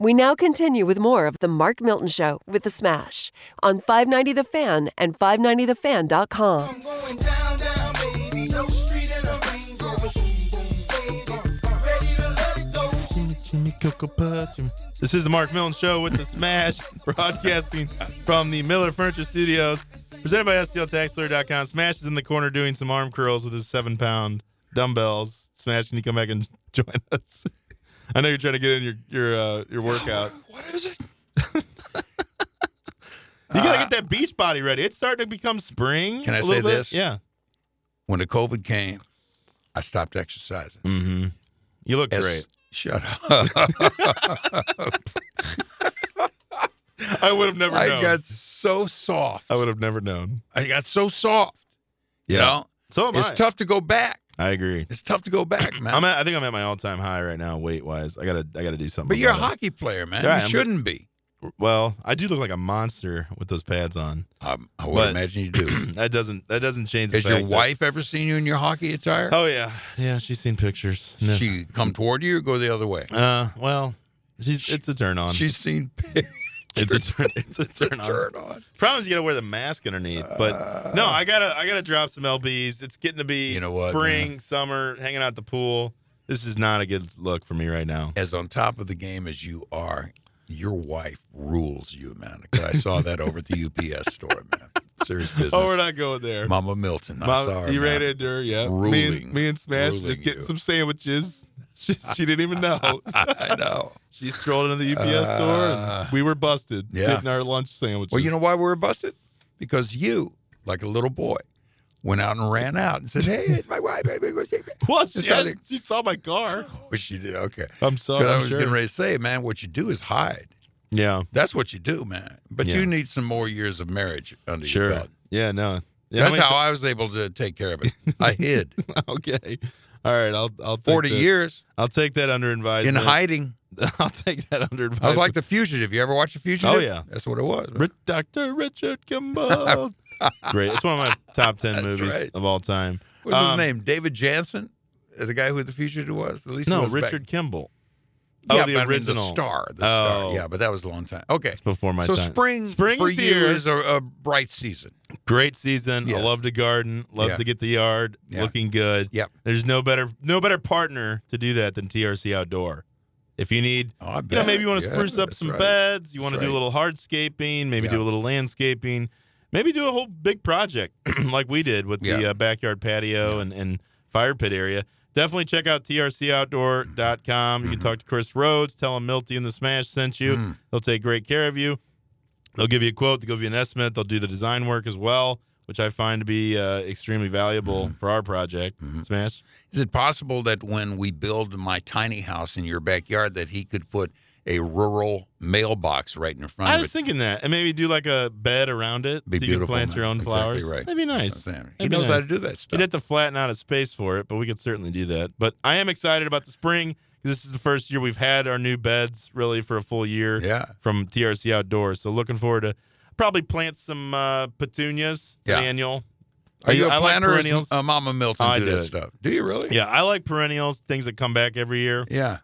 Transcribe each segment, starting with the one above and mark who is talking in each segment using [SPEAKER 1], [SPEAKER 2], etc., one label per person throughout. [SPEAKER 1] We now continue with more of The Mark Milton Show with The Smash on 590 The Fan and 590TheFan.com.
[SPEAKER 2] I'm going down, down, baby. No street in a range. Boom, boom, baby. Ready to let it go.
[SPEAKER 3] Jimmy, Jimmy, Cocoa Puff, Jimmy. This is the Mark Millen Show with the Smash, broadcasting from the Miller Furniture Studios, presented by STLTaxler.com. Smash is in the corner doing some arm curls with his seven-pound dumbbells. Smash, can you come back and join us? I know you're trying to get in your your uh, your workout.
[SPEAKER 4] What is it?
[SPEAKER 3] You gotta get that beach body ready. It's starting to become spring.
[SPEAKER 4] Can I
[SPEAKER 3] a
[SPEAKER 4] say
[SPEAKER 3] little bit.
[SPEAKER 4] this?
[SPEAKER 3] Yeah.
[SPEAKER 4] When the COVID came, I stopped exercising.
[SPEAKER 3] Mm-hmm. You look
[SPEAKER 4] As-
[SPEAKER 3] great.
[SPEAKER 4] Shut up.
[SPEAKER 3] I would have never
[SPEAKER 4] I
[SPEAKER 3] known.
[SPEAKER 4] got so soft.
[SPEAKER 3] I would have never known.
[SPEAKER 4] I got so soft. You
[SPEAKER 3] Yeah.
[SPEAKER 4] know?
[SPEAKER 3] So am
[SPEAKER 4] it's
[SPEAKER 3] I.
[SPEAKER 4] tough to go back.
[SPEAKER 3] I agree.
[SPEAKER 4] It's tough to go back, man.
[SPEAKER 3] I'm at, I think I'm at my all-time high right now, weight-wise. I gotta I gotta do something.
[SPEAKER 4] but you're a
[SPEAKER 3] about it.
[SPEAKER 4] hockey player, man.
[SPEAKER 3] Yeah, I
[SPEAKER 4] you
[SPEAKER 3] am.
[SPEAKER 4] shouldn't be.
[SPEAKER 3] Well, I do look like a monster with those pads on.
[SPEAKER 4] Um, I would
[SPEAKER 3] But-
[SPEAKER 4] imagine you do.
[SPEAKER 3] That doesn't that doesn't change. The
[SPEAKER 4] Has your
[SPEAKER 3] fact that-
[SPEAKER 4] wife ever seen you in your hockey attire?
[SPEAKER 3] oh yeah, yeah. She's seen pictures. No.
[SPEAKER 4] She come toward you or go the other way?
[SPEAKER 3] Uh, well, she's it's a turn on.
[SPEAKER 4] She's seen
[SPEAKER 3] it's a turn. It's a turn on.
[SPEAKER 4] dirt on.
[SPEAKER 3] Problem is, you gotta wear the mask underneath. But no, I gotta I gotta drop some lbs. It's getting to be
[SPEAKER 4] Uh. You know what,
[SPEAKER 3] spring, summer, hanging out at the pool. This is not a good look for me right now.
[SPEAKER 4] as on top of the game as you are, your wife rules you, man. 'Cause I saw that over at the UPS store, man. Serious business.
[SPEAKER 3] Oh, we're not going there.
[SPEAKER 4] Mama Milton. I
[SPEAKER 3] Mom,
[SPEAKER 4] saw her.
[SPEAKER 3] you
[SPEAKER 4] man.
[SPEAKER 3] ran into her, yeah. Me and,
[SPEAKER 4] Ruling.
[SPEAKER 3] me and Smash
[SPEAKER 4] Ruling
[SPEAKER 3] just getting
[SPEAKER 4] you.
[SPEAKER 3] some sandwiches. She, she didn't even know.
[SPEAKER 4] I know.
[SPEAKER 3] She strolled into the UPS store,
[SPEAKER 4] Uh,
[SPEAKER 3] and we were busted
[SPEAKER 4] yeah.
[SPEAKER 3] getting our lunch sandwiches.
[SPEAKER 4] Well, you know why we were busted? Because you, like a little boy, went out and ran out and said, "Hey, it's my wife."
[SPEAKER 3] what?
[SPEAKER 4] It's
[SPEAKER 3] She, had-
[SPEAKER 4] not a-
[SPEAKER 3] she saw my car.
[SPEAKER 4] But she did. Okay.
[SPEAKER 3] I'm
[SPEAKER 4] 'Cause
[SPEAKER 3] sorry.
[SPEAKER 4] I
[SPEAKER 3] Oh, I'm
[SPEAKER 4] was
[SPEAKER 3] sure.
[SPEAKER 4] getting ready to say, man, what you do is hide.
[SPEAKER 3] Yeah,
[SPEAKER 4] That's what you do, man. But
[SPEAKER 3] Yeah.
[SPEAKER 4] you need some more years of marriage under
[SPEAKER 3] sure.
[SPEAKER 4] your belt.
[SPEAKER 3] Yeah, no. Yeah,
[SPEAKER 4] That's
[SPEAKER 3] mean,
[SPEAKER 4] how I was able to take care of it. I hid
[SPEAKER 3] okay. All right, I'll I'll take
[SPEAKER 4] forty
[SPEAKER 3] that.
[SPEAKER 4] years
[SPEAKER 3] I'll take that under
[SPEAKER 4] in
[SPEAKER 3] advisement.
[SPEAKER 4] hiding.
[SPEAKER 3] I'll take that under advisement.
[SPEAKER 4] I was like the fugitive. You ever watch the fugitive?
[SPEAKER 3] Oh, yeah.
[SPEAKER 4] that's what it was.
[SPEAKER 3] Ri- Dr. Richard Kimball. Great. It's one of my top 10
[SPEAKER 4] That's
[SPEAKER 3] movies
[SPEAKER 4] right.
[SPEAKER 3] of all time.
[SPEAKER 4] What's
[SPEAKER 3] Um,
[SPEAKER 4] his name? David Jansen, Uh, the guy who the fugitive was. At least he
[SPEAKER 3] No,
[SPEAKER 4] was
[SPEAKER 3] Richard Kimball.
[SPEAKER 4] Back.
[SPEAKER 3] Oh,
[SPEAKER 4] yeah,
[SPEAKER 3] the
[SPEAKER 4] but I mean
[SPEAKER 3] original.
[SPEAKER 4] the star. The
[SPEAKER 3] Oh.
[SPEAKER 4] star. Yeah, but that was a long time. Okay,
[SPEAKER 3] It's before my
[SPEAKER 4] so
[SPEAKER 3] time.
[SPEAKER 4] spring,
[SPEAKER 3] Spring
[SPEAKER 4] for
[SPEAKER 3] is
[SPEAKER 4] you
[SPEAKER 3] here.
[SPEAKER 4] is a, a bright season.
[SPEAKER 3] Great season. I
[SPEAKER 4] Yes.
[SPEAKER 3] love to garden. Love
[SPEAKER 4] Yeah.
[SPEAKER 3] to get the yard
[SPEAKER 4] Yeah.
[SPEAKER 3] looking good.
[SPEAKER 4] Yep.
[SPEAKER 3] There's no better no better partner to do that than TRC Outdoor. If you need,
[SPEAKER 4] Oh, I
[SPEAKER 3] you know, maybe you want to spruce up some beds. You want to
[SPEAKER 4] That's
[SPEAKER 3] do a
[SPEAKER 4] right.
[SPEAKER 3] little hardscaping. Maybe
[SPEAKER 4] Yeah.
[SPEAKER 3] do a little landscaping. Maybe do a whole big project like we did with the
[SPEAKER 4] Yeah.
[SPEAKER 3] uh, backyard patio and, and fire pit area. Definitely check out trcoutdoor.com. You can talk to Chris Rhodes. Tell him Milty and the Smash sent you.
[SPEAKER 4] Mm-hmm. Mm.
[SPEAKER 3] They'll take great care of you. They'll give you a quote. They'll give you an estimate. They'll do the design work as well, which I find to be uh, extremely valuable
[SPEAKER 4] Mm-hmm.
[SPEAKER 3] for our project. Smash.
[SPEAKER 4] Is it possible that when we build my tiny house in your backyard, that he could put a rural mailbox right in front
[SPEAKER 3] I
[SPEAKER 4] of it?
[SPEAKER 3] was thinking that, and maybe do like a bed around it.
[SPEAKER 4] Be
[SPEAKER 3] so
[SPEAKER 4] beautiful,
[SPEAKER 3] You can plant
[SPEAKER 4] man.
[SPEAKER 3] your own
[SPEAKER 4] Exactly
[SPEAKER 3] flowers.
[SPEAKER 4] right.
[SPEAKER 3] That'd be nice.
[SPEAKER 4] he
[SPEAKER 3] That'd be
[SPEAKER 4] knows how
[SPEAKER 3] nice.
[SPEAKER 4] to do that stuff.
[SPEAKER 3] You'd have to flatten out a space for it, but we could certainly do that. But I am excited about the spring 'cause this is the first year we've had our new beds really for a full year
[SPEAKER 4] yeah.
[SPEAKER 3] from TRC Outdoors. So looking forward to probably plant some uh, petunias,
[SPEAKER 4] Yeah.
[SPEAKER 3] annual.
[SPEAKER 4] Are you a
[SPEAKER 3] I like
[SPEAKER 4] planter or
[SPEAKER 3] perennials.
[SPEAKER 4] is uh, Mama Milton
[SPEAKER 3] I
[SPEAKER 4] do
[SPEAKER 3] do
[SPEAKER 4] that
[SPEAKER 3] it.
[SPEAKER 4] stuff? Do you really?
[SPEAKER 3] Yeah, I like perennials, things that come back every year.
[SPEAKER 4] Yeah.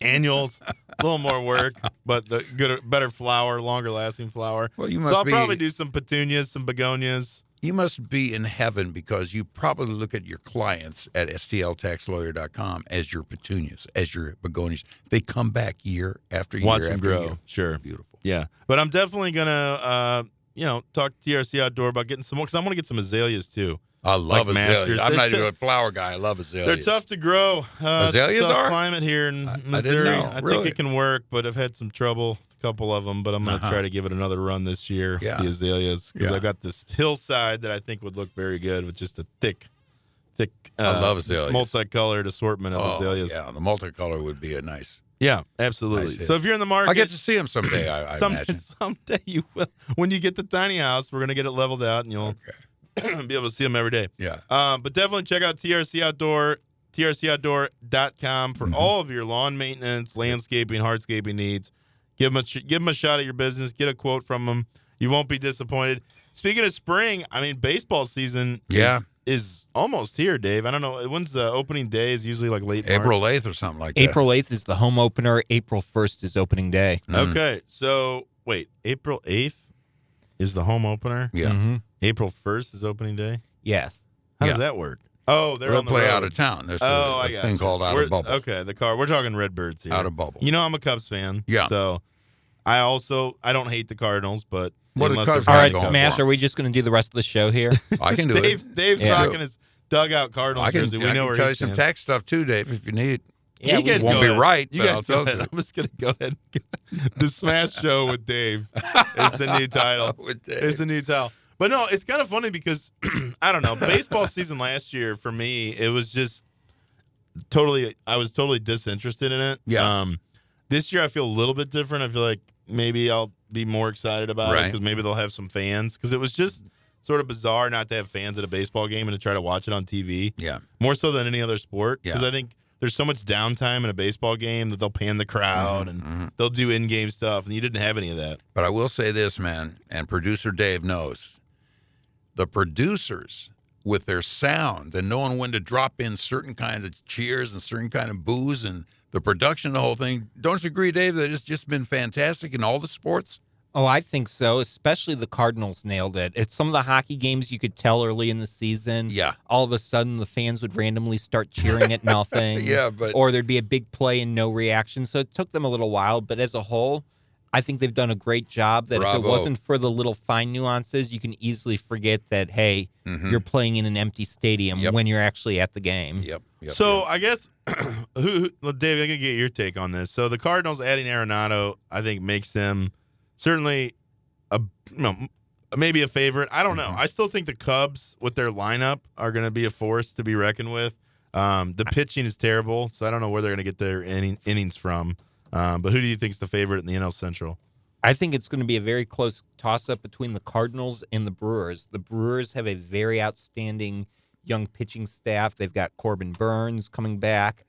[SPEAKER 3] Annuals, a little more work, but the good, better flower, longer lasting flower.
[SPEAKER 4] Well, you
[SPEAKER 3] So
[SPEAKER 4] must
[SPEAKER 3] I'll
[SPEAKER 4] be
[SPEAKER 3] probably do some petunias, some begonias.
[SPEAKER 4] you must be in heaven because you probably look at your clients at stltaxlawyer.com as your petunias, as your begonias. They come back year after year
[SPEAKER 3] Watch
[SPEAKER 4] after
[SPEAKER 3] them grow.
[SPEAKER 4] year.
[SPEAKER 3] Sure.
[SPEAKER 4] Beautiful.
[SPEAKER 3] Yeah, but I'm definitely gonna, uh, you know, talk to TRC Outdoor about getting some more because I want to get some azaleas too.
[SPEAKER 4] I love
[SPEAKER 3] Like masters.
[SPEAKER 4] azaleas. I'm
[SPEAKER 3] They're
[SPEAKER 4] not
[SPEAKER 3] tou-
[SPEAKER 4] even a flower guy. I love azaleas.
[SPEAKER 3] They're tough to grow. Uh, it's a
[SPEAKER 4] Azaleas
[SPEAKER 3] tough
[SPEAKER 4] are?
[SPEAKER 3] climate here in
[SPEAKER 4] I- I didn't
[SPEAKER 3] Missouri.
[SPEAKER 4] know,
[SPEAKER 3] think
[SPEAKER 4] really.
[SPEAKER 3] it can work, but I've had some trouble a couple of them. But I'm gonna
[SPEAKER 4] Uh-huh.
[SPEAKER 3] try to give it another run this year.
[SPEAKER 4] Yeah.
[SPEAKER 3] the azaleas because
[SPEAKER 4] Yeah.
[SPEAKER 3] I've got this hillside that I think would look very good with just a thick, thick. Uh,
[SPEAKER 4] I love azaleas.
[SPEAKER 3] multicolored assortment of
[SPEAKER 4] oh,
[SPEAKER 3] azaleas. Yeah,
[SPEAKER 4] Yeah, the multicolor would be a nice.
[SPEAKER 3] absolutely.
[SPEAKER 4] Nice hit.
[SPEAKER 3] so if you're in the market,
[SPEAKER 4] I get to see them someday. I, I
[SPEAKER 3] Some-
[SPEAKER 4] imagine.
[SPEAKER 3] someday you will. When you get the tiny house, we're gonna get it leveled out, and you'll be able to see them every day.
[SPEAKER 4] Yeah.
[SPEAKER 3] Um, but definitely check out TRC Outdoor, trcoutdoor.com for
[SPEAKER 4] Mhm.
[SPEAKER 3] all of your lawn maintenance, landscaping, hardscaping needs. Give them a sh- give them a shot at your business. Get a quote from them. You won't be disappointed. Speaking of spring, I mean baseball season. is-
[SPEAKER 4] Yeah.
[SPEAKER 3] is, is almost here, Dave. I don't know. When's the opening day? Is usually like late March.
[SPEAKER 4] April 8th or something like that.
[SPEAKER 5] April 8th is the home opener. April 1st is opening day.
[SPEAKER 4] Mm.
[SPEAKER 3] Okay. So wait, April 8th is the home opener.
[SPEAKER 4] Yeah.
[SPEAKER 5] Mm-hmm.
[SPEAKER 3] April 1st is opening day.
[SPEAKER 5] Yes.
[SPEAKER 3] How
[SPEAKER 4] Yeah.
[SPEAKER 3] does that work? Oh, they're
[SPEAKER 4] They'll
[SPEAKER 3] on the
[SPEAKER 4] play
[SPEAKER 3] road.
[SPEAKER 4] out of town. There's a-
[SPEAKER 3] Oh,
[SPEAKER 4] a,
[SPEAKER 3] I got
[SPEAKER 4] thing
[SPEAKER 3] you.
[SPEAKER 4] called out
[SPEAKER 3] We're- uh,
[SPEAKER 4] of bubble.
[SPEAKER 3] Okay, the car. We're talking Redbirds here.
[SPEAKER 4] Out of bubble.
[SPEAKER 3] You know I'm a Cubs fan.
[SPEAKER 4] Yeah.
[SPEAKER 3] So I also I don't hate the Cardinals, but
[SPEAKER 4] What are the
[SPEAKER 3] unless
[SPEAKER 4] Cubs
[SPEAKER 3] they're
[SPEAKER 5] All
[SPEAKER 4] Yeah,
[SPEAKER 5] right,
[SPEAKER 3] playing
[SPEAKER 4] go
[SPEAKER 3] the
[SPEAKER 4] on.
[SPEAKER 5] Smash,
[SPEAKER 3] Cubs.
[SPEAKER 5] are we just going to do the rest of the show here?
[SPEAKER 4] I can do
[SPEAKER 3] Dave's,
[SPEAKER 4] it.
[SPEAKER 3] Dave's
[SPEAKER 5] Yeah.
[SPEAKER 3] rocking his dugout Cardinals
[SPEAKER 4] I can,
[SPEAKER 3] jersey. We
[SPEAKER 4] I
[SPEAKER 3] know
[SPEAKER 4] can
[SPEAKER 3] where
[SPEAKER 4] tell
[SPEAKER 3] he
[SPEAKER 4] you some
[SPEAKER 3] stands.
[SPEAKER 4] tax stuff too, Dave, if you need.
[SPEAKER 3] you
[SPEAKER 5] we-
[SPEAKER 3] guys
[SPEAKER 4] won't
[SPEAKER 3] go
[SPEAKER 4] be
[SPEAKER 3] ahead.
[SPEAKER 4] right,
[SPEAKER 3] You
[SPEAKER 4] but
[SPEAKER 3] guys
[SPEAKER 4] I'll
[SPEAKER 3] go
[SPEAKER 4] tell
[SPEAKER 3] ahead.
[SPEAKER 4] you.
[SPEAKER 3] I'm just gonna go ahead. and- the Smash Show with Dave is the new title.
[SPEAKER 4] With
[SPEAKER 3] It's
[SPEAKER 4] Dave.
[SPEAKER 3] the new title. But no, it's kind of funny because I don't know. Baseball season last year for me, it was just totally. I was totally disinterested in it.
[SPEAKER 4] Yeah.
[SPEAKER 3] Um, this year I feel a little bit different. I feel like maybe I'll be more excited about it
[SPEAKER 4] Right.
[SPEAKER 3] because maybe they'll have some fans. Because it was just sort of bizarre not to have fans at a baseball game and to try to watch it on TV
[SPEAKER 4] Yeah.
[SPEAKER 3] more so than any other sport because
[SPEAKER 4] Yeah.
[SPEAKER 3] I think there's so much downtime in a baseball game that they'll pan the crowd and
[SPEAKER 4] Mhm.
[SPEAKER 3] they'll do in-game stuff, and you didn't have any of that.
[SPEAKER 4] But I will say this, man, and producer Dave knows the producers with their sound and knowing when to drop in certain kind of cheers and certain kind of boos and the production, the whole thing. Don't you agree, Dave, that it's just been fantastic in all the sports?
[SPEAKER 5] Oh, I think so. Especially the Cardinals nailed it. It's some of the hockey games you could tell early in the season.
[SPEAKER 4] Yeah.
[SPEAKER 5] All of a sudden, the fans would randomly start cheering at nothing.
[SPEAKER 4] Yeah, but
[SPEAKER 5] Or there'd be a big play and no reaction. So it took them a little while. But as a whole, I think they've done a great job that if it
[SPEAKER 4] Bravo.
[SPEAKER 5] wasn't for the little fine nuances, you can easily forget that, hey,
[SPEAKER 4] Mhm.
[SPEAKER 5] you're playing in an empty stadium
[SPEAKER 4] Yep.
[SPEAKER 5] when you're actually at the game.
[SPEAKER 4] Yep. yep
[SPEAKER 3] so
[SPEAKER 4] yep.
[SPEAKER 3] I guess, who, who, well, Dave, I could get your take on this. So the Cardinals adding Arenado, I think, makes them certainly a you know, maybe a favorite. I don't know.
[SPEAKER 4] Mm-hmm.
[SPEAKER 3] I still think the Cubs with their lineup are going to be a force to be reckoned with. Um, the pitching is terrible, so I don't know where they're going to get their inning, innings from. Um, but who do you think's the favorite in the NL Central?
[SPEAKER 5] I think it's going to be a very close toss up between the Cardinals and the Brewers. The Brewers have a very outstanding young pitching staff. They've got Corbin Burns coming back,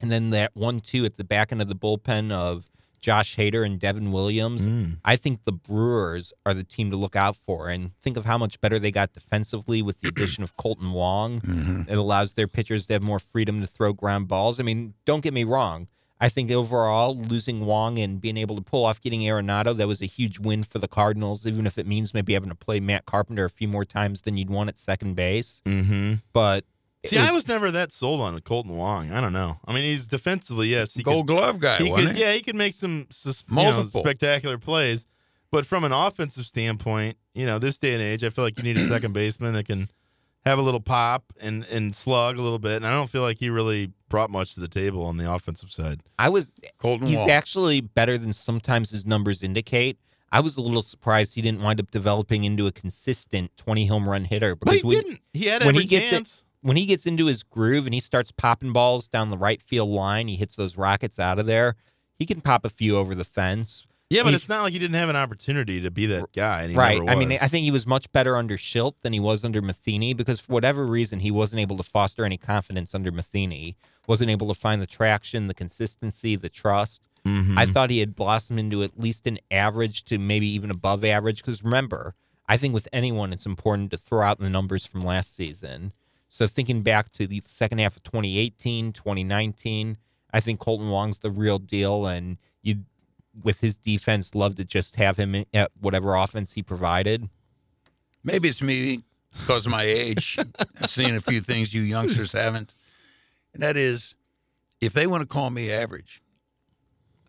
[SPEAKER 5] and then that one two at the back end of the bullpen of Josh Hader and Devin Williams.
[SPEAKER 3] Hmm.
[SPEAKER 4] Mm.
[SPEAKER 5] I think the Brewers are the team to look out for, and think of how much better they got defensively with the addition of Colton Wong.
[SPEAKER 4] Mhm.
[SPEAKER 5] It allows their pitchers to have more freedom to throw ground balls. I mean, don't get me wrong. I think overall, losing Wong and being able to pull off getting Arenado, that was a huge win for the Cardinals, even if it means maybe having to play Matt Carpenter a few more times than you'd want at second base.
[SPEAKER 3] Mm-hmm.
[SPEAKER 5] But
[SPEAKER 3] See, I was never that sold on Colton Wong. I don't know. I mean, he's defensively, yes, he
[SPEAKER 4] Gold Glove guy,
[SPEAKER 3] could, he
[SPEAKER 4] wasn't
[SPEAKER 3] could
[SPEAKER 4] he?
[SPEAKER 3] yeah, he could make some sus- you know,
[SPEAKER 4] Multiple.
[SPEAKER 3] spectacular plays, but from an offensive standpoint, you know, this day and age, I feel like you need a second baseman that can have a little pop and and slug a little bit, and I don't feel like he really brought much to the table on the offensive side.
[SPEAKER 5] I was
[SPEAKER 4] Colton
[SPEAKER 5] he's
[SPEAKER 4] Wong.
[SPEAKER 5] actually better than sometimes his numbers indicate. I was a little surprised he didn't wind up developing into a consistent 20 home run hitter
[SPEAKER 3] But
[SPEAKER 5] because
[SPEAKER 3] he
[SPEAKER 5] we,
[SPEAKER 3] didn't. He had
[SPEAKER 5] when
[SPEAKER 3] every
[SPEAKER 5] he gets it-
[SPEAKER 3] chance.
[SPEAKER 5] when he gets into his groove and he starts popping balls down the right field line, he hits those rockets out of there. He can pop a few over the fence.
[SPEAKER 3] yeah, but
[SPEAKER 5] he-
[SPEAKER 3] it's not like he didn't have an opportunity to be that guy. And he
[SPEAKER 5] right.
[SPEAKER 3] never
[SPEAKER 5] I mean,
[SPEAKER 3] was.
[SPEAKER 5] I think he was much better under Schilt than he was under Matheny because for whatever reason he wasn't able to foster any confidence under Matheny. Wasn't able to find the traction, the consistency, the trust.
[SPEAKER 3] Mhm.
[SPEAKER 5] I thought he had blossomed into at least an average to maybe even above average. Because remember, I think with anyone, it's important to throw out the numbers from last season. So thinking back to the second half of 2018, 2019, I think Colton Wong's the real deal, and you, with his defense, love to just have him in- at whatever offense he provided.
[SPEAKER 4] Maybe it's me because of my age. I've seen a few things you youngsters haven't. And that is, if they want to call me average,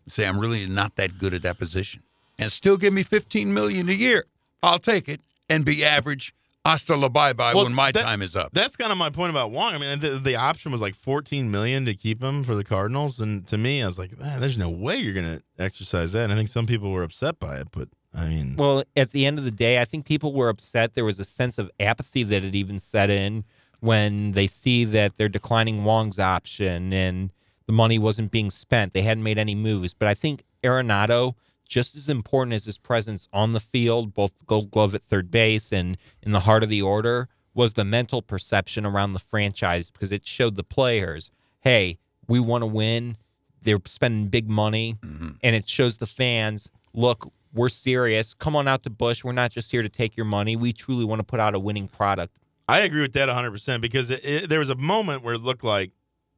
[SPEAKER 4] say I'm really not that good at that position, and still give me 15 million a year, I'll take it and be average. Hasta la bye bye
[SPEAKER 3] Well,
[SPEAKER 4] when my
[SPEAKER 3] that-
[SPEAKER 4] time is up.
[SPEAKER 3] That's kind of my point about Wong. I mean, the, the option was like 14 million to keep him for the Cardinals, and to me, I was like, man, there's no way you're going to exercise that. And I think some people were upset by it, but I mean,
[SPEAKER 5] Well, at the end of the day, I think people were upset. There was a sense of apathy that had even set in when they see that they're declining Wong's option and the money wasn't being spent. They hadn't made any moves. But I think Arenado, just as important as his presence on the field, both gold glove at third base and in the heart of the order, was the mental perception around the franchise because it showed the players, hey, we want to win. They're spending big money
[SPEAKER 4] Mhm.
[SPEAKER 5] and it shows the fans look we're serious come on out to bush we're not just here to take your money we truly want to put out a winning product
[SPEAKER 3] I agree with that 100% because it, it, there was a moment where it looked like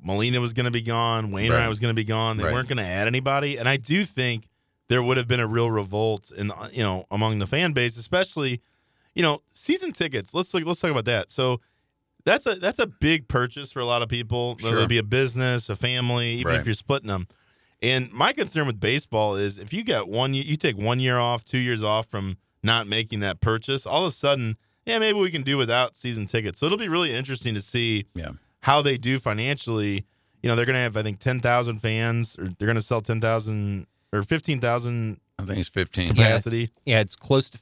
[SPEAKER 3] Molina was going to be gone, Wainwright
[SPEAKER 4] Right.
[SPEAKER 3] was going to be gone. They
[SPEAKER 4] Right.
[SPEAKER 3] weren't going to add anybody, and I do think there would have been a real revolt in the- you know among the fan base, especially you know season tickets. Let's look, let's talk about that. So that's a that's a big purchase for a lot of people. Whether
[SPEAKER 4] Sure.
[SPEAKER 3] it be a business, a family, even
[SPEAKER 4] Right.
[SPEAKER 3] if you're splitting them. And my concern with baseball is if you get one, y- you take one year off, two years off from not making that purchase. All of a sudden, yeah, maybe we can do without season tickets. So it'll be really interesting to see
[SPEAKER 4] Yeah.
[SPEAKER 3] how they do financially. You know, they're going to have I think ten thousand fans, or they're going to sell ten thousand or fifteen thousand
[SPEAKER 4] I think it's 15.
[SPEAKER 5] Yeah.
[SPEAKER 3] capacity.
[SPEAKER 5] yeah, it's close to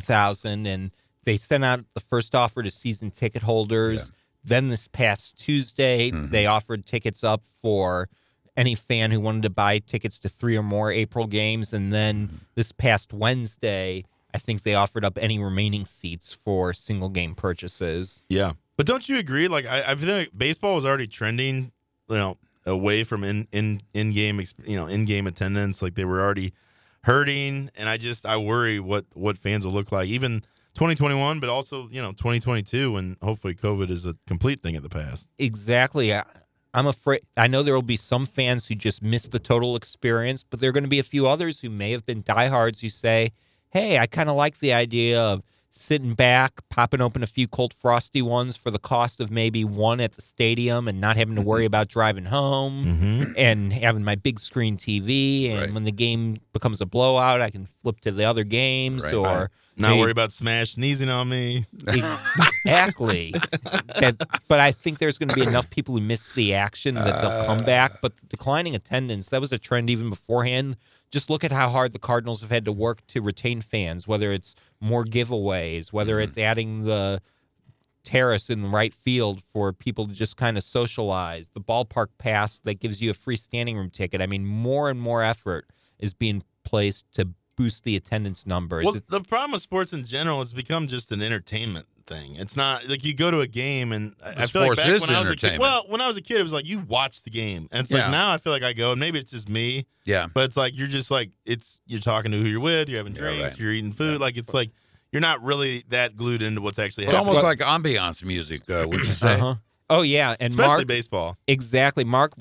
[SPEAKER 5] 15,000 and they sent out the first offer to season ticket holders.
[SPEAKER 4] Yeah.
[SPEAKER 5] Then this past Tuesday,
[SPEAKER 4] Mhm.
[SPEAKER 5] they offered tickets up for any fan who wanted to buy tickets to three or more April games and then this past Wednesday, I think they offered up any remaining seats for single game purchases.
[SPEAKER 3] Yeah, but don't you agree? Like I, I feel like baseball was already trending, you know, away from in in in game, you know, in game attendance. Like they were already hurting, and I just I worry what what fans will look like even 2021, but also you know 2022 when hopefully COVID is a complete thing of the past.
[SPEAKER 5] Exactly. I, I'm afraid. I know there will be some fans who just miss the total experience, but there are going to be a few others who may have been diehards who say, "Hey, I kind of like the idea of sitting back, popping open a few cold frosty ones for the cost of maybe one at the stadium, and not having to worry about driving home."
[SPEAKER 3] Mm-hmm.
[SPEAKER 5] And having my big screen TV, and
[SPEAKER 4] Right.
[SPEAKER 5] when the game becomes a blowout, I can flip to the other games,
[SPEAKER 4] Right.
[SPEAKER 5] or
[SPEAKER 3] Not
[SPEAKER 5] Hey.
[SPEAKER 3] worry about Smash sneezing on me.
[SPEAKER 5] Exactly. that, but I think there's going to be enough people who miss the action that they'll
[SPEAKER 3] Uh.
[SPEAKER 5] come back. But the declining attendance, that was a trend even beforehand. Just look at how hard the Cardinals have had to work to retain fans, whether it's more giveaways, whether
[SPEAKER 3] Mm-hmm.
[SPEAKER 5] it's adding the terrace in the right field for people to just kind of socialize, the ballpark pass that gives you a free standing room ticket. I mean, more and more effort is being placed to boost the attendance numbers.
[SPEAKER 3] Well, the problem with sports in general, it's become just an entertainment thing. It's not like you go to a game and I- I feel like
[SPEAKER 4] sports
[SPEAKER 3] back
[SPEAKER 4] is
[SPEAKER 3] when I was a kid,
[SPEAKER 4] entertainment.
[SPEAKER 3] well, when I was a kid, it was like you watch the game, and it's
[SPEAKER 4] Yeah.
[SPEAKER 3] like now I feel like I go, and maybe it's just me,
[SPEAKER 4] Yeah.
[SPEAKER 3] but it's like you're just like it's you're talking to who you're with, you're having
[SPEAKER 4] Yeah,
[SPEAKER 3] drinks,
[SPEAKER 4] right.
[SPEAKER 3] you're eating food, like it's like you're not really that glued into what's actually
[SPEAKER 4] It's
[SPEAKER 3] happening,
[SPEAKER 4] almost like ambiance music, uh, would you say?
[SPEAKER 5] Uh-huh. Oh yeah, and
[SPEAKER 3] especially
[SPEAKER 5] Mark
[SPEAKER 3] baseball.
[SPEAKER 5] Exactly, Mark.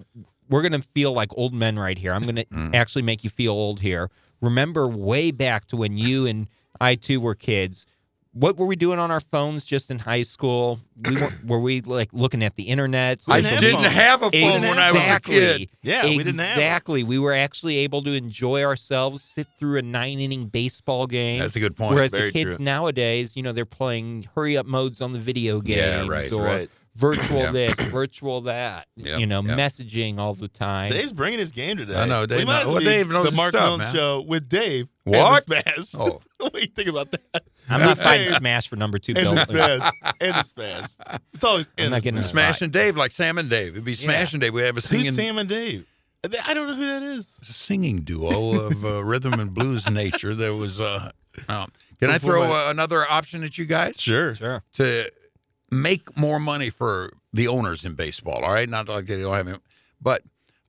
[SPEAKER 5] We're gonna feel like old men right here. I'm gonna
[SPEAKER 4] Mm.
[SPEAKER 5] actually make you feel old here. Remember way back to when you and I too were kids. What were we doing on our phones just in high school? We were, were we like looking at the internet?
[SPEAKER 3] I
[SPEAKER 4] I
[SPEAKER 5] social
[SPEAKER 3] didn't have
[SPEAKER 4] didn't
[SPEAKER 3] phones.
[SPEAKER 4] have a phone
[SPEAKER 5] media?
[SPEAKER 4] when I was a
[SPEAKER 5] exactly.
[SPEAKER 4] kid.
[SPEAKER 3] Yeah,
[SPEAKER 5] exactly.
[SPEAKER 3] we didn't have. it.
[SPEAKER 5] Exactly. We were actually able to enjoy ourselves, sit through a nine inning baseball game.
[SPEAKER 4] That's a good point.
[SPEAKER 5] Whereas
[SPEAKER 3] Very
[SPEAKER 5] the kids
[SPEAKER 3] true.
[SPEAKER 5] nowadays, you know, they're playing hurry up modes on the video games
[SPEAKER 4] Yeah, right,
[SPEAKER 5] or
[SPEAKER 3] right.
[SPEAKER 5] virtual
[SPEAKER 4] Yeah.
[SPEAKER 5] this, virtual that.
[SPEAKER 4] Yeah,
[SPEAKER 5] you know,
[SPEAKER 4] yeah.
[SPEAKER 5] messaging all the time.
[SPEAKER 3] Dave's bringing his game today.
[SPEAKER 4] I know, Dave
[SPEAKER 3] We might
[SPEAKER 4] know-
[SPEAKER 3] as well
[SPEAKER 4] well,
[SPEAKER 3] do
[SPEAKER 4] Dave knows
[SPEAKER 3] the
[SPEAKER 4] his
[SPEAKER 3] Mark
[SPEAKER 4] stuff,
[SPEAKER 3] Milne
[SPEAKER 4] man.
[SPEAKER 3] show with Dave. and
[SPEAKER 4] What?
[SPEAKER 3] the Smash.
[SPEAKER 4] Oh.
[SPEAKER 3] what do you think about that?
[SPEAKER 5] I'm not
[SPEAKER 3] Dave-
[SPEAKER 5] finding Smash for number two
[SPEAKER 3] and the
[SPEAKER 5] building.
[SPEAKER 3] smash and the smash. It's always and
[SPEAKER 5] not
[SPEAKER 3] the
[SPEAKER 5] getting
[SPEAKER 3] smash.
[SPEAKER 4] Smash and Dave, like Sam and Dave. It'd be Smash and Dave. We'd have a
[SPEAKER 3] Who's
[SPEAKER 4] singing,
[SPEAKER 3] Sam and Dave? Uh, I don't know who that is.
[SPEAKER 4] a singing duo of uh, rhythm and blues nature. There was. Uh, um, can I
[SPEAKER 3] Before
[SPEAKER 4] throw
[SPEAKER 3] my-
[SPEAKER 4] uh, another option at you guys?
[SPEAKER 3] Sure.
[SPEAKER 5] Sure.
[SPEAKER 4] to make more money for the owners in baseball. All right, not like they don't have, any- but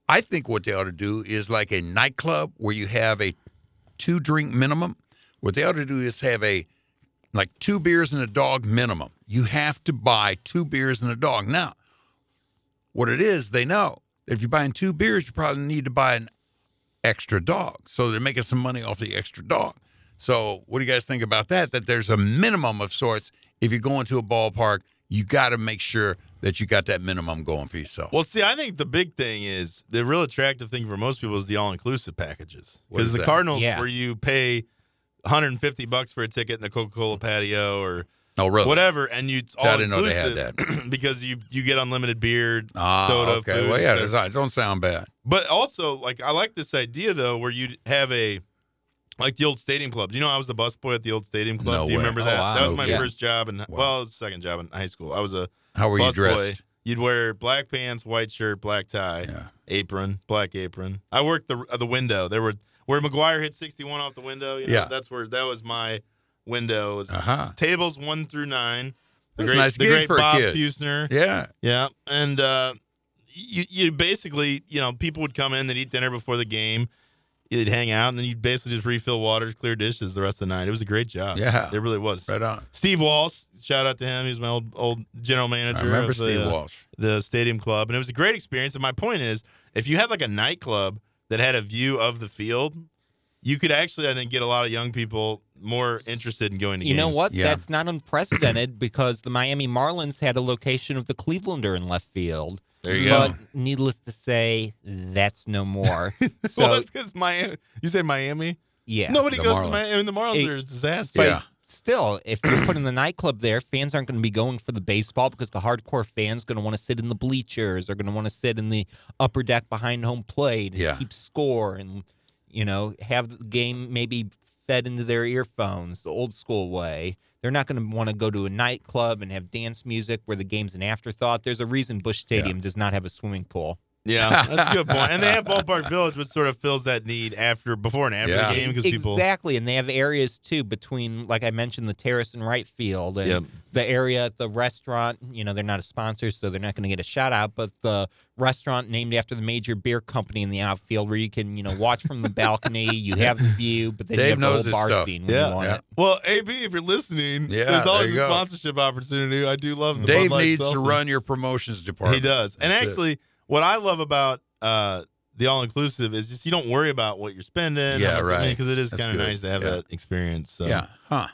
[SPEAKER 4] I think what they ought to do is like a nightclub where you have a two drink minimum. What they ought to do is have a like two beers and a dog minimum. You have to buy two beers and a dog. Now, what it is, they know that if you're buying two beers, you probably need to buy an extra dog. So they're making some money off the extra dog. So what do you guys think about that? That there's a minimum of sorts. If you're going to a ballpark, you got to make sure that you got that minimum going for yourself.
[SPEAKER 3] Well, see, I think the big thing is the real attractive thing for most people is the all inclusive packages
[SPEAKER 4] What
[SPEAKER 3] because
[SPEAKER 4] is
[SPEAKER 3] the
[SPEAKER 4] that?
[SPEAKER 3] Cardinals,
[SPEAKER 5] Yeah.
[SPEAKER 3] where you pay 150 bucks for a ticket in the Coca Cola patio or
[SPEAKER 4] oh, really?
[SPEAKER 3] whatever, and you it's all
[SPEAKER 4] I didn't know they had
[SPEAKER 3] inclusive because you you get unlimited beer,
[SPEAKER 4] Ah,
[SPEAKER 3] soda,
[SPEAKER 4] okay.
[SPEAKER 3] food,
[SPEAKER 4] well, yeah,
[SPEAKER 3] et
[SPEAKER 4] it's
[SPEAKER 3] cetera.
[SPEAKER 4] not, it don't sound bad.
[SPEAKER 3] But also, like I like this idea though, where you have a like the old stadium club. Do you know I was the busboy at the old stadium club?
[SPEAKER 4] No
[SPEAKER 3] Do you
[SPEAKER 4] way.
[SPEAKER 3] remember
[SPEAKER 5] Oh,
[SPEAKER 3] that?
[SPEAKER 5] wow.
[SPEAKER 3] That was
[SPEAKER 4] No
[SPEAKER 3] my
[SPEAKER 4] kidding.
[SPEAKER 3] first job, and
[SPEAKER 4] Wow.
[SPEAKER 3] well, it was the second job in high school. I was a
[SPEAKER 4] How were you
[SPEAKER 3] busboy.
[SPEAKER 4] dressed?
[SPEAKER 3] You'd wear black pants, white shirt, black tie,
[SPEAKER 4] Yeah.
[SPEAKER 3] apron, black apron. I worked the uh, the window. There were where McGuire hit sixty one off the window. You know,
[SPEAKER 4] Yeah.
[SPEAKER 3] that's where that was my window. It was
[SPEAKER 4] Uh-huh.
[SPEAKER 3] Tables one through nine. The
[SPEAKER 4] That's a
[SPEAKER 3] great,
[SPEAKER 4] nice
[SPEAKER 3] the
[SPEAKER 4] gig
[SPEAKER 3] great
[SPEAKER 4] for a
[SPEAKER 3] Bob
[SPEAKER 4] kid.
[SPEAKER 3] Fusner.
[SPEAKER 4] Yeah.
[SPEAKER 3] Yeah, and uh, you you basically you know people would come in, they'd eat dinner before the game. You'd hang out, and then you'd basically just refill water, clear dishes the rest of the night. It was a great job.
[SPEAKER 4] Yeah.
[SPEAKER 3] it really was.
[SPEAKER 4] Right on.
[SPEAKER 3] Steve Walsh, shout out to him. He was my old old general manager.
[SPEAKER 4] I remember
[SPEAKER 3] of the,
[SPEAKER 4] Steve
[SPEAKER 3] uh,
[SPEAKER 4] Walsh.
[SPEAKER 3] the stadium club, and it was a great experience. And my point is, if you had like a nightclub that had a view of the field, you could actually, I think, get a lot of young people more interested in going to
[SPEAKER 5] You
[SPEAKER 3] games.
[SPEAKER 5] know what?
[SPEAKER 4] Yeah.
[SPEAKER 5] That's not unprecedented because the Miami Marlins had a location of the Clevelander in left field.
[SPEAKER 3] There you
[SPEAKER 5] but
[SPEAKER 3] go.
[SPEAKER 5] needless to say, that's no more. so,
[SPEAKER 3] well, that's because Miami. You say Miami.
[SPEAKER 5] yeah.
[SPEAKER 3] Nobody
[SPEAKER 4] The
[SPEAKER 3] goes to
[SPEAKER 4] Marlins.
[SPEAKER 3] Miami. I mean, the Marlins
[SPEAKER 5] It-
[SPEAKER 3] are a disaster.
[SPEAKER 4] Yeah.
[SPEAKER 5] Still, if you're putting the nightclub there, fans aren't going to be going for the baseball because the hardcore fans going to want to sit in the bleachers. They're going to want to sit in the upper deck behind home plate and
[SPEAKER 4] Yeah.
[SPEAKER 5] keep score and, you know, have the game maybe fed into their earphones the old school way. They're not going to want to go to a nightclub and have dance music where the game's an afterthought. There's a reason Bush Stadium does not have a swimming pool.
[SPEAKER 3] Yeah, that's a good point. And they have Ballpark Village, which sort of fills that need after, before and after
[SPEAKER 4] Yeah.
[SPEAKER 3] the game because people.
[SPEAKER 5] exactly, and they have areas too between, like I mentioned, the terrace and right field, and
[SPEAKER 3] Yep.
[SPEAKER 5] the area at the restaurant. You know, they're not a sponsor, so they're not going to get a shout out. But the restaurant named after the major beer company in the outfield, where you can, you know, watch from the balcony. You have the view, but then
[SPEAKER 4] Dave
[SPEAKER 5] you have the
[SPEAKER 4] knows
[SPEAKER 5] whole
[SPEAKER 4] his
[SPEAKER 5] bar
[SPEAKER 4] stuff.
[SPEAKER 5] scene when
[SPEAKER 3] Yeah,
[SPEAKER 5] you want
[SPEAKER 4] yeah.
[SPEAKER 5] it.
[SPEAKER 3] Well, AB, if you're listening,
[SPEAKER 4] Yeah,
[SPEAKER 3] there's always
[SPEAKER 4] there you
[SPEAKER 3] a
[SPEAKER 4] go.
[SPEAKER 3] sponsorship opportunity. I do love the
[SPEAKER 4] Dave
[SPEAKER 3] Bud Light
[SPEAKER 4] needs to
[SPEAKER 3] Seltzer.
[SPEAKER 4] run your promotions department.
[SPEAKER 3] He does. And
[SPEAKER 4] That's it.
[SPEAKER 3] actually, what I love about uh, the all inclusive is just you don't worry about what you're spending.
[SPEAKER 4] Yeah, right.
[SPEAKER 3] Because it is
[SPEAKER 4] That's
[SPEAKER 3] kind of
[SPEAKER 4] good.
[SPEAKER 3] nice to have
[SPEAKER 4] Yeah.
[SPEAKER 3] that experience. So.
[SPEAKER 4] Yeah. Huh.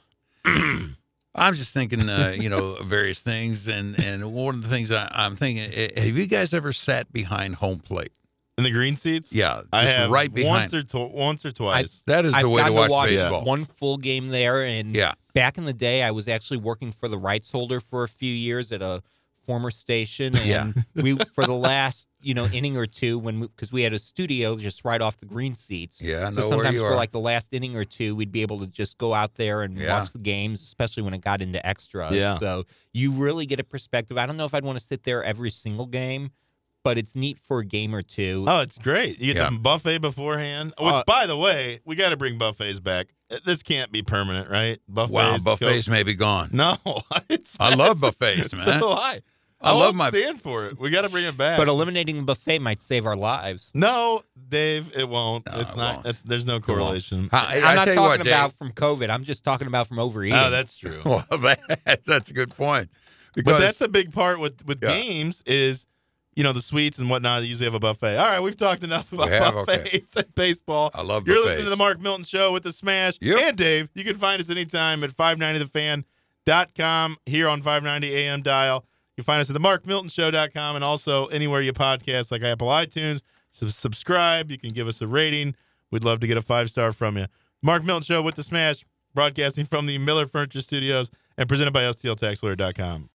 [SPEAKER 4] I'm just thinking, uh, you know, various things, and and one of the things I, I'm thinking, eh, have you guys ever sat behind home plate?
[SPEAKER 3] And the green seats.
[SPEAKER 4] Yeah, just
[SPEAKER 3] I have
[SPEAKER 4] right behind.
[SPEAKER 3] once or to- once or twice.
[SPEAKER 4] that is the
[SPEAKER 5] I've
[SPEAKER 4] way to
[SPEAKER 5] gotten
[SPEAKER 4] watch,
[SPEAKER 5] watch
[SPEAKER 4] baseball.
[SPEAKER 5] One full game there, and
[SPEAKER 4] Yeah,
[SPEAKER 5] back in the day, I was actually working for the rights holder for a few years at a former station, and
[SPEAKER 4] Yeah.
[SPEAKER 5] we for the last you know inning or two when because we, had a studio just right off the green seats.
[SPEAKER 4] yeah, I know
[SPEAKER 5] So
[SPEAKER 4] where
[SPEAKER 5] sometimes
[SPEAKER 4] you
[SPEAKER 5] for
[SPEAKER 4] are.
[SPEAKER 5] like the last inning or two, we'd be able to just go out there and
[SPEAKER 4] Yeah.
[SPEAKER 5] watch the games, especially when it got into extras.
[SPEAKER 3] Yeah.
[SPEAKER 5] So you really get a perspective. I don't know if I'd want to sit there every single game, but it's neat for a game or two.
[SPEAKER 3] Oh, it's great. You get
[SPEAKER 4] Yeah.
[SPEAKER 3] the buffet beforehand. Which,
[SPEAKER 5] Uh,
[SPEAKER 3] by the way, we got to bring buffets back. Uh, This can't be permanent, right? Buffets.
[SPEAKER 4] wow,
[SPEAKER 3] go-
[SPEAKER 4] buffets may be gone.
[SPEAKER 3] No, it's
[SPEAKER 4] I love
[SPEAKER 3] massive.
[SPEAKER 4] buffets,
[SPEAKER 3] So oh,
[SPEAKER 4] man.
[SPEAKER 3] do I.
[SPEAKER 4] I love
[SPEAKER 3] won't
[SPEAKER 4] my-
[SPEAKER 3] stand for it. We got to bring it back.
[SPEAKER 5] But eliminating the buffet might save our lives.
[SPEAKER 3] no, Dave, it won't.
[SPEAKER 4] No,
[SPEAKER 3] it's
[SPEAKER 4] it
[SPEAKER 3] not.
[SPEAKER 4] won't.
[SPEAKER 3] It's, there's no
[SPEAKER 4] won't.
[SPEAKER 3] correlation.
[SPEAKER 4] I,
[SPEAKER 5] I'm not
[SPEAKER 4] tell
[SPEAKER 5] talking
[SPEAKER 4] you what, Dave.
[SPEAKER 5] about from COVID. I'm just talking about from overeating.
[SPEAKER 3] Oh, that's true.
[SPEAKER 4] Well, that- that's a good point. Because
[SPEAKER 3] But that's a big part with with
[SPEAKER 4] Yeah.
[SPEAKER 3] games is, you know, the sweets and whatnot. They usually have a buffet. All right, we've talked enough about
[SPEAKER 4] have, okay.
[SPEAKER 3] buffets and baseball.
[SPEAKER 4] I love
[SPEAKER 3] You're
[SPEAKER 4] buffets.
[SPEAKER 3] listening to the Mark Milton Show with the Smash
[SPEAKER 4] Yep.
[SPEAKER 3] and Dave. You can find us anytime at 590thefan.com here on 590 AM dial. You can find us at themarkmiltonshow.com and also anywhere you podcast like Apple iTunes. Sub- subscribe. You can give us a rating. We'd love to get a five star from you. Mark Milton Show with the Smash, broadcasting from the Miller Furniture Studios and presented by STLTaxLawyer.com.